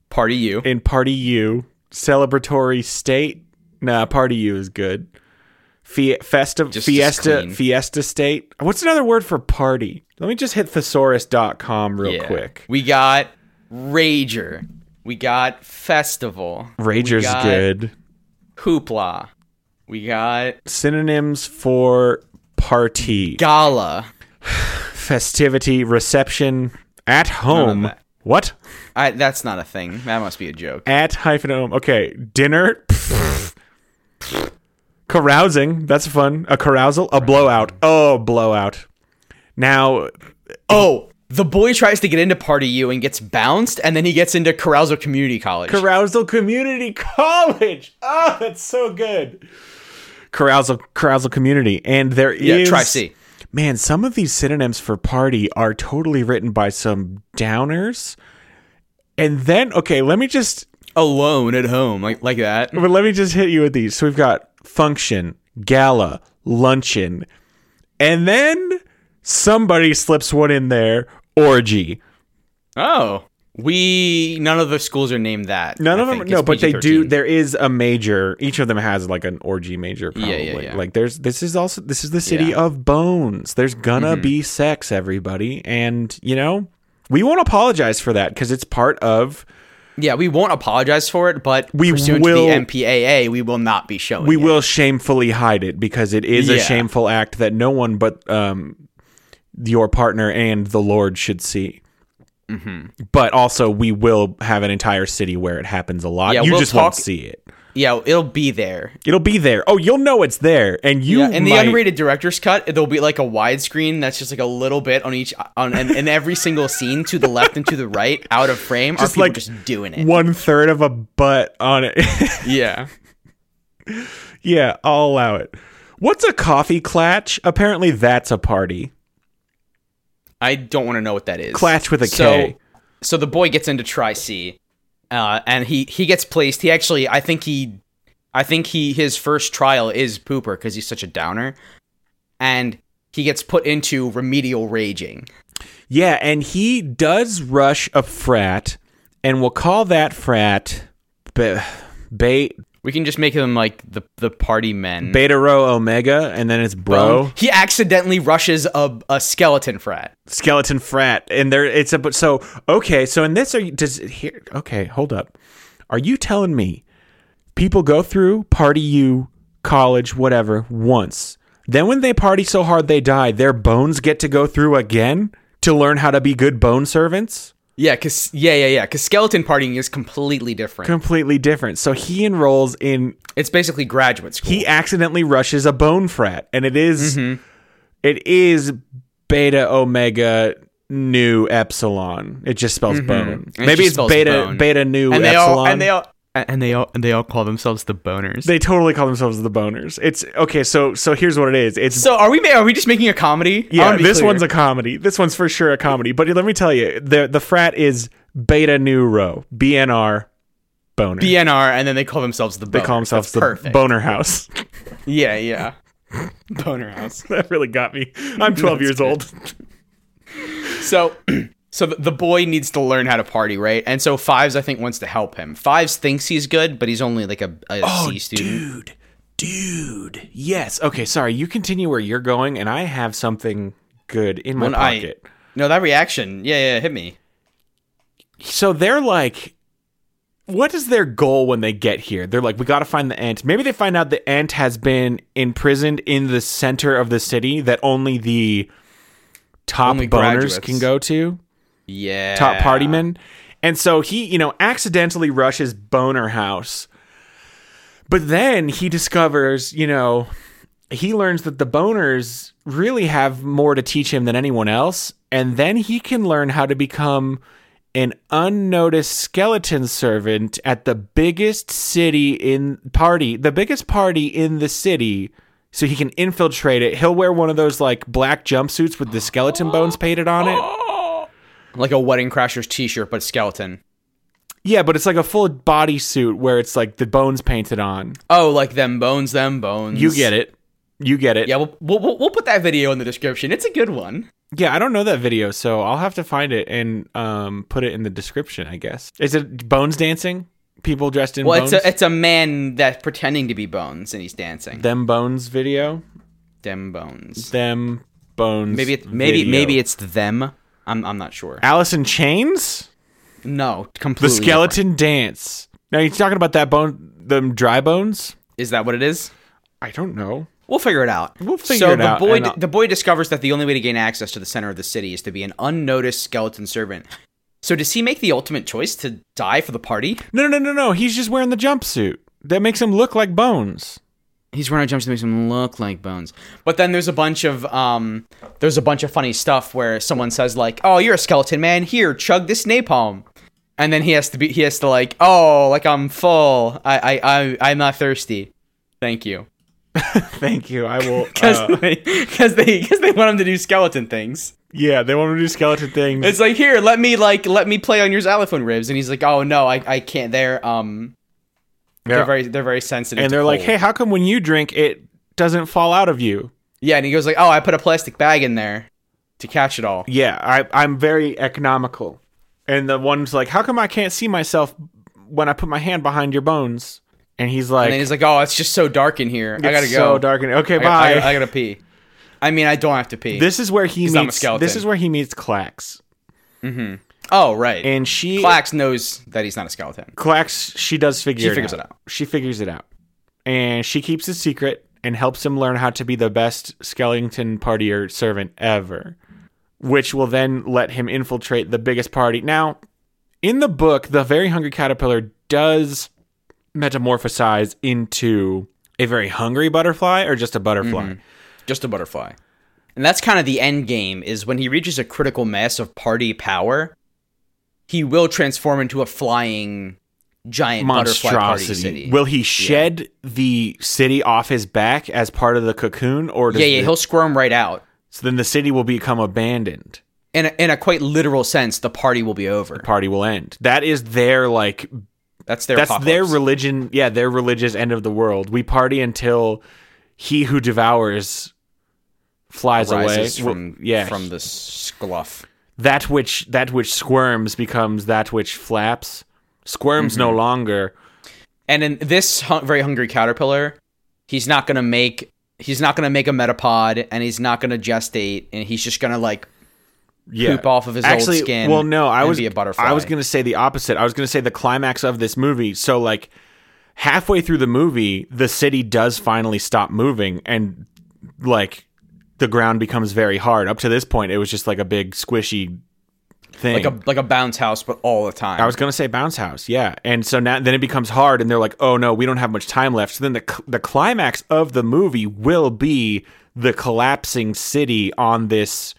Speaker 2: Party you.
Speaker 1: in Party U celebratory state. Nah, Party U is good. Fie- festa,
Speaker 2: Just- just
Speaker 1: fiesta,
Speaker 2: clean.
Speaker 1: fiesta state. What's another word for party? Let me just hit thesaurus.com real
Speaker 2: Yeah.
Speaker 1: quick.
Speaker 2: We got Rager. We got Festival.
Speaker 1: Rager's
Speaker 2: got-
Speaker 1: good.
Speaker 2: Hoopla. We got
Speaker 1: Synonyms for party,
Speaker 2: Gala.
Speaker 1: festivity, reception, at home.
Speaker 2: that.
Speaker 1: What?
Speaker 2: I, that's not a thing. That must be a joke.
Speaker 1: At hyphen home. Okay, dinner. Pfft. Carousing. That's fun. A carousal. A blowout. Oh, blowout. Now,
Speaker 2: Oh, the boy tries to get into Party U and gets bounced, and then he gets into Carousel Community College.
Speaker 1: Carousal Community College. Oh, that's so good. Carousal Carousal Community, and there is
Speaker 2: yeah, try C.
Speaker 1: Man, some of these synonyms for party are totally written by some downers. And then, okay, let me just
Speaker 2: Alone at home, like like that.
Speaker 1: but let me just hit you with these. So we've got function, gala, luncheon, and then somebody slips one in there. Orgy.
Speaker 2: Oh, we none of the schools are named that.
Speaker 1: None
Speaker 2: I
Speaker 1: of them.
Speaker 2: think.
Speaker 1: No,
Speaker 2: It's
Speaker 1: but they do.
Speaker 2: PG-13.
Speaker 1: There is a major. Each of them has like an orgy major. Probably.
Speaker 2: yeah, yeah.
Speaker 1: Like there's. This is also. This is the city
Speaker 2: Yeah. Mm-hmm.
Speaker 1: of bones. There's gonna be sex, everybody, and you know we won't apologize for that because it's part of.
Speaker 2: Yeah, we won't apologize for it, but
Speaker 1: We
Speaker 2: pursuant
Speaker 1: will-
Speaker 2: to the MPAA, we will not be showing.
Speaker 1: We
Speaker 2: it.
Speaker 1: will shamefully hide it because it is a
Speaker 2: Yeah.
Speaker 1: shameful act that no one but um, your partner and the Lord should see.
Speaker 2: Mm-hmm.
Speaker 1: But also, we will have an entire city where it happens a lot.
Speaker 2: Yeah,
Speaker 1: you
Speaker 2: we'll
Speaker 1: just won't
Speaker 2: talk-
Speaker 1: see it.
Speaker 2: Yeah, it'll be there.
Speaker 1: It'll be there. Oh, you'll know it's there, and you
Speaker 2: Yeah, in the
Speaker 1: might-
Speaker 2: unrated director's cut, there'll be like a widescreen that's just like a little bit on each on and in every single scene to the left and to the right, out of frame. Just are people
Speaker 1: like
Speaker 2: just doing it.
Speaker 1: one third of a butt on it.
Speaker 2: Yeah,
Speaker 1: yeah, I'll allow it. What's a coffee clatch? Apparently, that's a party.
Speaker 2: I don't want to know what that is.
Speaker 1: Clatch with a K.
Speaker 2: So, so the boy gets into Tri C, uh, and he he gets placed. He actually, I think he, I think he his first trial is pooper because he's such a downer, and he gets put into remedial raging.
Speaker 1: Yeah, and he does rush a frat, and we'll call that frat be- be-
Speaker 2: We can just make him like the the party men.
Speaker 1: Beta Rho Omega, and then it's Bro
Speaker 2: Um, He accidentally rushes a, a skeleton frat.
Speaker 1: Skeleton Frat, and there it's a but so okay. So in this, are you, does it here? Okay, hold up. Are you telling me people go through party you college whatever once, then when they party so hard they die, their bones get to go through again to learn how to be good bone servants?
Speaker 2: Yeah, cause yeah, yeah, yeah. Cause skeleton partying is completely different.
Speaker 1: Completely different. So he enrolls in
Speaker 2: it's basically graduate school.
Speaker 1: he accidentally rushes a bone frat and it is-
Speaker 2: Mm-hmm.
Speaker 1: it is beta omega nu epsilon it just spells bone
Speaker 2: Mm-hmm. It
Speaker 1: maybe
Speaker 2: just
Speaker 1: it's
Speaker 2: spells
Speaker 1: beta
Speaker 2: bone.
Speaker 1: beta nu
Speaker 2: and they
Speaker 1: epsilon
Speaker 2: all and they all and they all and they all call themselves the boners.
Speaker 1: they totally call themselves the boners it's okay so so here's what it is it's
Speaker 2: so are we? ma- Are we just making a comedy? I
Speaker 1: yeah
Speaker 2: wanna be
Speaker 1: this
Speaker 2: clear.
Speaker 1: one's a comedy this one's for sure a comedy but let me tell you the the frat is beta nu rho bnr boner
Speaker 2: BNR, and then they call themselves the. Boners.
Speaker 1: they call themselves
Speaker 2: That's
Speaker 1: the
Speaker 2: perfect.
Speaker 1: boner house
Speaker 2: Yeah, yeah. Boner house.
Speaker 1: that really got me i'm 12 years old
Speaker 2: So, so the- the boy needs to learn how to party, right? And so Fives, I think, wants to help him. Fives thinks he's good, but he's only like a a C student.
Speaker 1: Oh, Dude, dude. Yes. Okay, sorry. You continue where you're going, and I have something good in my
Speaker 2: When I-
Speaker 1: pocket.
Speaker 2: No, that reaction. Yeah, yeah, hit me.
Speaker 1: So they're like, what is their goal when they get here? They're like, we got to find the ant. Maybe they find out the ant has been imprisoned in the center of the city that only the top
Speaker 2: Only
Speaker 1: boners
Speaker 2: graduates.
Speaker 1: can go to,
Speaker 2: Yeah.
Speaker 1: top party men. And so he, you know, accidentally rushes Boner House. But then he discovers, you know, he learns that the boners really have more to teach him than anyone else. And then he can learn how to become an unnoticed skeleton servant at the biggest city in party, the biggest party in the city. So he can infiltrate it. He'll wear one of those like black jumpsuits with the skeleton bones painted on it.
Speaker 2: Like a wedding crashers t-shirt, but skeleton.
Speaker 1: Yeah, but it's like a full body suit where it's like the bones painted on.
Speaker 2: Oh, like them bones, them bones.
Speaker 1: You get it. You get it.
Speaker 2: Yeah, we'll, we'll- we'll, we'll put that video in the description. It's a good one.
Speaker 1: Yeah, I don't know that video, so I'll have to find it and um, put it in the description, I guess. Is it bones dancing? people dressed in
Speaker 2: Well,
Speaker 1: bones?
Speaker 2: it's a it's a man that's pretending to be Bones and he's dancing.
Speaker 1: them bones video.
Speaker 2: Them Bones.
Speaker 1: Them bones.
Speaker 2: Maybe it's, maybe
Speaker 1: video.
Speaker 2: maybe it's them. I'm I'm not sure.
Speaker 1: Alice in Chains.
Speaker 2: No,
Speaker 1: The
Speaker 2: completely. different.
Speaker 1: skeleton dance. Now you're talking about that bone, them dry bones.
Speaker 2: is that what it is?
Speaker 1: I don't know.
Speaker 2: We'll figure it out.
Speaker 1: We'll figure
Speaker 2: so
Speaker 1: it out,
Speaker 2: the boy
Speaker 1: and I'll-
Speaker 2: the boy discovers that the only way to gain access to the center of the city is to be an unnoticed skeleton servant. So does he make the ultimate choice to die for the party?
Speaker 1: No, no, no, no, no. He's just wearing the jumpsuit that makes him look like bones.
Speaker 2: He's wearing a jumpsuit that makes him look like bones. But then there's a bunch of um there's a bunch of funny stuff where someone says like, "Oh, you're a skeleton man. Here, chug this napalm." And then he has to be he has to like, "Oh, like I'm full. I I I I'm not thirsty. Thank you."
Speaker 1: Thank you. I will.
Speaker 2: Cuz
Speaker 1: uh,
Speaker 2: cuz they cuz they want him to do skeleton things.
Speaker 1: yeah, they want to do skeleton things.
Speaker 2: It's like here, let me like let me play on your xylophone ribs, and he's like, oh no, I, I can't. They're um they're
Speaker 1: Yeah.
Speaker 2: very they're very sensitive.
Speaker 1: and
Speaker 2: to
Speaker 1: they're like,
Speaker 2: cold."
Speaker 1: "Hey, how come when you drink it doesn't fall out of you?"
Speaker 2: yeah, and he goes like, oh, I put a plastic bag in there to catch it all.
Speaker 1: Yeah, I, I'm very economical. And the one's like, "How come I can't see myself when I put my hand behind your bones?" And he's like,
Speaker 2: And then he's like, oh, it's just so dark in here. I
Speaker 1: "It's
Speaker 2: gotta go.
Speaker 1: So dark. And, okay,
Speaker 2: I,
Speaker 1: bye.
Speaker 2: I, I gotta pee. I mean, I don't have to pee.
Speaker 1: this is where he meets.
Speaker 2: I'm a skeleton.
Speaker 1: This is where he meets Clax,
Speaker 2: oh right. And
Speaker 1: and she
Speaker 2: Clax knows that he's not a skeleton.
Speaker 1: Clax, she does figure
Speaker 2: She
Speaker 1: it
Speaker 2: figures
Speaker 1: out.
Speaker 2: it out.
Speaker 1: She figures it out. And she keeps his secret and helps him learn how to be the best skeleton partier servant ever, which will then let him infiltrate the biggest party. Now, in the book, the very hungry caterpillar does metamorphosize into a very hungry butterfly or just a butterfly.
Speaker 2: Mm-hmm. Just a butterfly. And that's kind of the end game is when he reaches a critical mass of party power, he will transform into a flying giant butterfly party
Speaker 1: Monstrosity.
Speaker 2: city.
Speaker 1: Will he shed the city off his back as part of the cocoon or does
Speaker 2: yeah, yeah,
Speaker 1: the-
Speaker 2: he'll squirm right out.
Speaker 1: so then the city will become abandoned?
Speaker 2: In a, in a quite literal sense, the party will be over.
Speaker 1: party will end. That is their like
Speaker 2: That's their
Speaker 1: that's their
Speaker 2: apocalypse.
Speaker 1: religion. Yeah, their religious end of the world. We party until he who devours flies away.
Speaker 2: Rises
Speaker 1: Well,
Speaker 2: from
Speaker 1: yeah,
Speaker 2: from the scluff.
Speaker 1: that which that which squirms becomes that which flaps. Squirms no
Speaker 2: Mm-hmm.
Speaker 1: longer.
Speaker 2: And in this hu- very hungry caterpillar, he's not gonna make he's not gonna make a metapod, and he's not gonna gestate, and he's just gonna like
Speaker 1: Yeah.
Speaker 2: poop off of his
Speaker 1: Actually,
Speaker 2: old skin.
Speaker 1: Well, no, I
Speaker 2: and
Speaker 1: was
Speaker 2: be a butterfly.
Speaker 1: I was gonna say the opposite. I was gonna say the climax of this movie. So like halfway through the movie, the city does finally stop moving, and like the ground becomes very hard. Up to this point, it was just like a big squishy thing.
Speaker 2: like a like a bounce house, but all the time.
Speaker 1: I was gonna say bounce house, yeah. And so now then it becomes hard, and they're like, oh no, we don't have much time left. So then the cl- the climax of the movie will be the collapsing city on this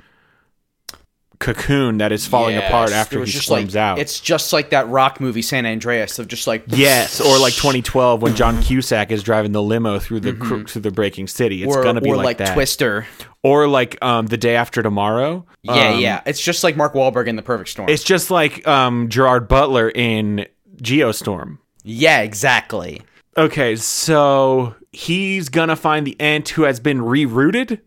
Speaker 1: cocoon that is falling
Speaker 2: Yes,
Speaker 1: apart
Speaker 2: it
Speaker 1: after
Speaker 2: was
Speaker 1: he
Speaker 2: just
Speaker 1: swims
Speaker 2: like,
Speaker 1: out.
Speaker 2: It's just like that rock movie San Andreas of just like
Speaker 1: yes, or like 2012 when John Cusack is driving the limo through the cr- through the breaking city. It's
Speaker 2: Mm-hmm. or,
Speaker 1: gonna be
Speaker 2: or
Speaker 1: like,
Speaker 2: like,
Speaker 1: that,
Speaker 2: Twister.
Speaker 1: or like um, the day after tomorrow.
Speaker 2: yeah,
Speaker 1: Um,
Speaker 2: yeah. It's just like Mark Wahlberg in The Perfect Storm.
Speaker 1: It's just like um, Gerard Butler in Geostorm.
Speaker 2: Yeah, exactly.
Speaker 1: Okay, so he's gonna find the ant who has been rerouted.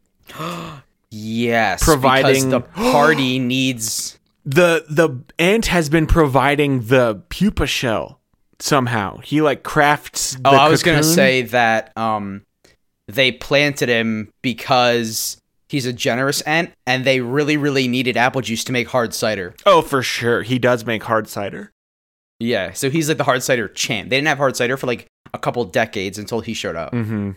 Speaker 2: Yes,
Speaker 1: Providing-
Speaker 2: because the party needs.
Speaker 1: The the ant has been providing the pupa shell somehow. He like crafts. The
Speaker 2: Oh, I was gonna
Speaker 1: cocoon.
Speaker 2: say that um, they planted him because he's a generous ant, and they really, really needed apple juice to make hard cider.
Speaker 1: Oh, for sure, he does make hard cider.
Speaker 2: Yeah, so he's like the hard cider champ. They didn't have hard cider for like a couple decades until he showed up.
Speaker 1: Mm-hmm.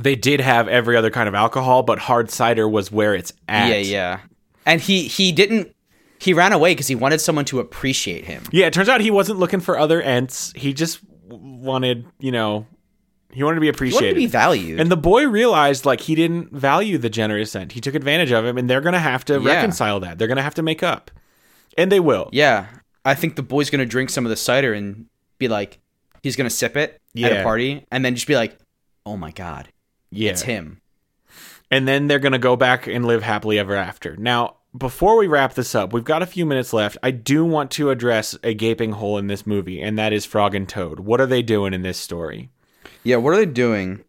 Speaker 1: They did have every other kind of alcohol, but hard cider was where it's at.
Speaker 2: Yeah, yeah. And he he didn't he ran away because he wanted someone to appreciate him.
Speaker 1: Yeah, it turns out he wasn't looking for other ants. He just w- wanted, you know, he wanted to be
Speaker 2: He wanted
Speaker 1: appreciated.
Speaker 2: to be valued.
Speaker 1: and the boy realized like he didn't value the generous ant. He took advantage of him, and they're gonna have to
Speaker 2: Yeah.
Speaker 1: reconcile that. They're gonna have to make up, and they will.
Speaker 2: yeah, I think the boy's gonna drink some of the cider and be like, he's gonna sip it at
Speaker 1: Yeah.
Speaker 2: a party, and then just be like, oh my god,
Speaker 1: Yeah.
Speaker 2: it's him.
Speaker 1: and then they're going to go back and live happily ever after. Now, before we wrap this up, we've got a few minutes left. I do want to address a gaping hole in this movie, and that is Frog and Toad. What are they doing in this story?
Speaker 2: Yeah, what are they doing?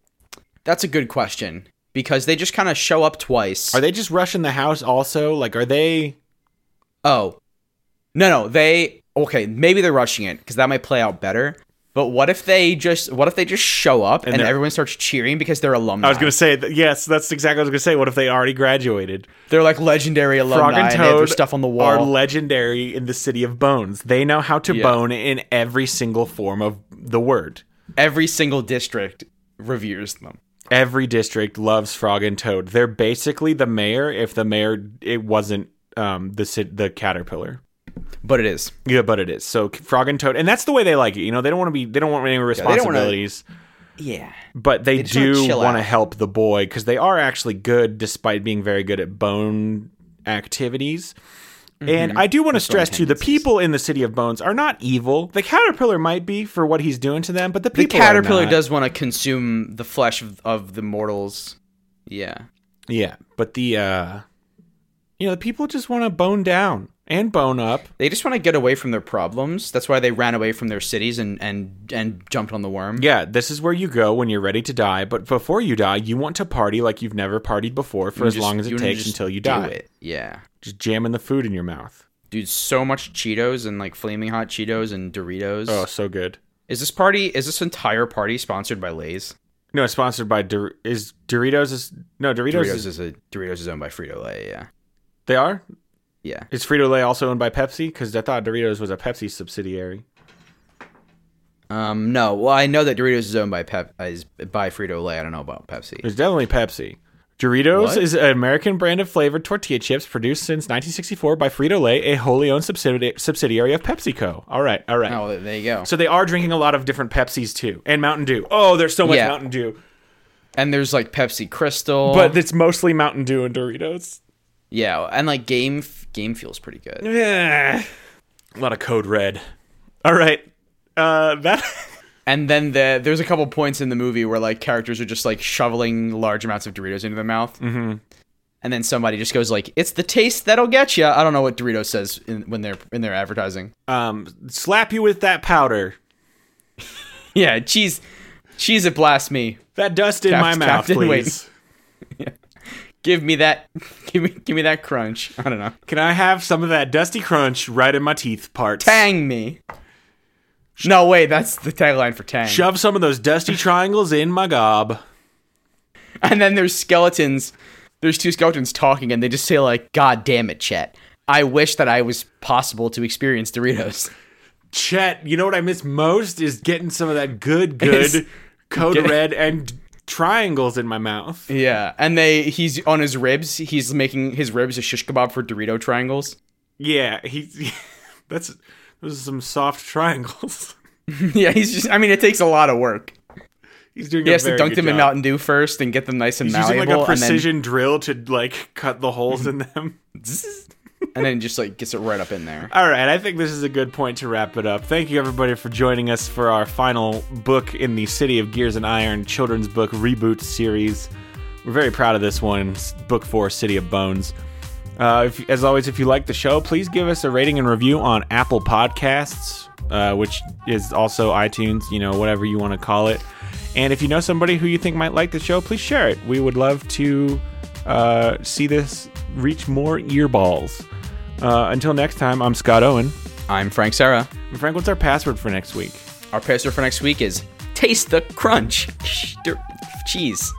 Speaker 2: That's a good question because they just kind of show up twice.
Speaker 1: Are they just rushing the house also? Like, are they.
Speaker 2: oh, no, no, they okay, maybe they're rushing it because that might play out better. But what if they just what if they just show up and,
Speaker 1: they're-
Speaker 2: everyone starts cheering because they're alumni?
Speaker 1: I was gonna say that, yes. That's exactly what I was gonna say. What if they already graduated?
Speaker 2: they're like legendary alumni
Speaker 1: Frog and
Speaker 2: and they have their
Speaker 1: Toad
Speaker 2: stuff on the
Speaker 1: are
Speaker 2: wall.
Speaker 1: legendary in the city of bones. They know how to
Speaker 2: Yeah.
Speaker 1: bone in every single form of the word.
Speaker 2: Every single district reveres them.
Speaker 1: Every district loves Frog and Toad. They're basically the mayor if the mayor it wasn't um, the ci- the caterpillar.
Speaker 2: But it is.
Speaker 1: Yeah, but it is. So Frog and Toad, and that's the way they like it. You know, they don't want to be. They don't want any
Speaker 2: wanna-
Speaker 1: responsibilities,
Speaker 2: Yeah.
Speaker 1: but they,
Speaker 2: just wanna
Speaker 1: do
Speaker 2: chill
Speaker 1: want to
Speaker 2: out.
Speaker 1: help the boy because they are actually good, despite being very good at bone activities.
Speaker 2: Mm-hmm.
Speaker 1: And I do want to stress too: the
Speaker 2: tendencies.
Speaker 1: people in the city of bones are not evil. The caterpillar might be for what he's doing to them, but the
Speaker 2: The
Speaker 1: people are
Speaker 2: caterpillar
Speaker 1: not.
Speaker 2: does want to consume the flesh of, of the mortals. Yeah.
Speaker 1: Yeah, but the uh, you know, the people just want to bone down and bone up.
Speaker 2: They just want to get away from their problems. That's why they ran away from their cities and and and jumped on the worm.
Speaker 1: Yeah, this is where you go when you're ready to die, but before you die, you want to party like you've never partied before for as
Speaker 2: Just-
Speaker 1: long as
Speaker 2: you
Speaker 1: it
Speaker 2: wanna
Speaker 1: takes
Speaker 2: just
Speaker 1: until you
Speaker 2: do
Speaker 1: die.
Speaker 2: it. Yeah.
Speaker 1: Just jamming the food in your mouth.
Speaker 2: Dude, so much Cheetos and like flaming hot Cheetos and Doritos.
Speaker 1: Oh, so good.
Speaker 2: Is this party is this entire party sponsored by Lay's?
Speaker 1: No, it's sponsored by Dor- is Doritos is no Doritos,
Speaker 2: Doritos
Speaker 1: is,
Speaker 2: is a Doritos is owned by Frito Lay, yeah.
Speaker 1: they are.
Speaker 2: Yeah.
Speaker 1: Is Frito Lay also owned by Pepsi? Because I thought Doritos was a Pepsi subsidiary.
Speaker 2: Um no, well I know that Doritos is owned by Pep is by Frito Lay. I don't know about Pepsi.
Speaker 1: It's definitely Pepsi. Doritos
Speaker 2: What?
Speaker 1: is an American brand of flavored tortilla chips produced since 1964 by Frito Lay, a wholly owned subsidi- subsidiary of PepsiCo. All right, all right.
Speaker 2: Oh, there- there you go.
Speaker 1: So they are drinking a lot of different Pepsis too, and Mountain Dew. Oh, there's so much
Speaker 2: Yeah.
Speaker 1: Mountain Dew,
Speaker 2: and there's like Pepsi Crystal.
Speaker 1: but it's mostly Mountain Dew and Doritos.
Speaker 2: yeah, and like game F- game feels pretty good.
Speaker 1: Yeah. Eh. A lot of Code Red. All right, uh, that
Speaker 2: And then the, there's a couple points in the movie where like characters are just like shoveling large amounts of Doritos into their mouth, mm-hmm. and then somebody just goes like, "It's the taste that'll get you." I don't know what Doritos says in, when they're in their advertising.
Speaker 1: um, slap you with that powder,
Speaker 2: Yeah, cheese, cheese it blast me.
Speaker 1: that dust in
Speaker 2: Cap-
Speaker 1: my mouth,
Speaker 2: Captain
Speaker 1: please.
Speaker 2: Wait. Give me that, give me, give me that crunch. I don't know.
Speaker 1: Can I have some of that dusty crunch right in my teeth parts?
Speaker 2: Tang me. No wait, that's the tagline for Tang.
Speaker 1: Shove some of those dusty triangles in my gob.
Speaker 2: And then there's skeletons. There's two skeletons talking, and they just say like, "God damn it, Chet." I wish that I was possible to experience Doritos.
Speaker 1: Chet, you know what I miss most is getting some of that good,
Speaker 2: Is
Speaker 1: good Code
Speaker 2: getting-
Speaker 1: Red and triangles in my mouth.
Speaker 2: Yeah, and they he's on his ribs. He's making his ribs a shish kebab for Dorito triangles.
Speaker 1: Yeah, he. That's those are some soft triangles.
Speaker 2: yeah, he's just. I mean, it takes a lot of work.
Speaker 1: He's doing.
Speaker 2: He
Speaker 1: a
Speaker 2: has to
Speaker 1: very
Speaker 2: dunk
Speaker 1: good
Speaker 2: them in
Speaker 1: job.
Speaker 2: Mountain Dew first and get them nice and
Speaker 1: He's using
Speaker 2: malleable,
Speaker 1: like a
Speaker 2: and
Speaker 1: precision drill to like cut the holes in them.
Speaker 2: then and then just like gets it right up in there.
Speaker 1: All right, I think this is a good point to wrap it up. Thank you everybody for joining us for our final book in the City of Gears and Iron children's book reboot series. We're very proud of this one, s- book four, City of Bones. Uh, if, as always, if you like the show, please give us a rating and review on Apple Podcasts, uh, which is also iTunes, you know, whatever you want to call it. And if you know somebody who you think might like the show, please share it. We would love to uh, see this reach more earballs. Uh, until next time, I'm Scott Owen.
Speaker 2: I'm Frank Sarah.
Speaker 1: And Frank, what's our password for next week?
Speaker 2: Our poster for next week is taste the crunch, Dur- cheese.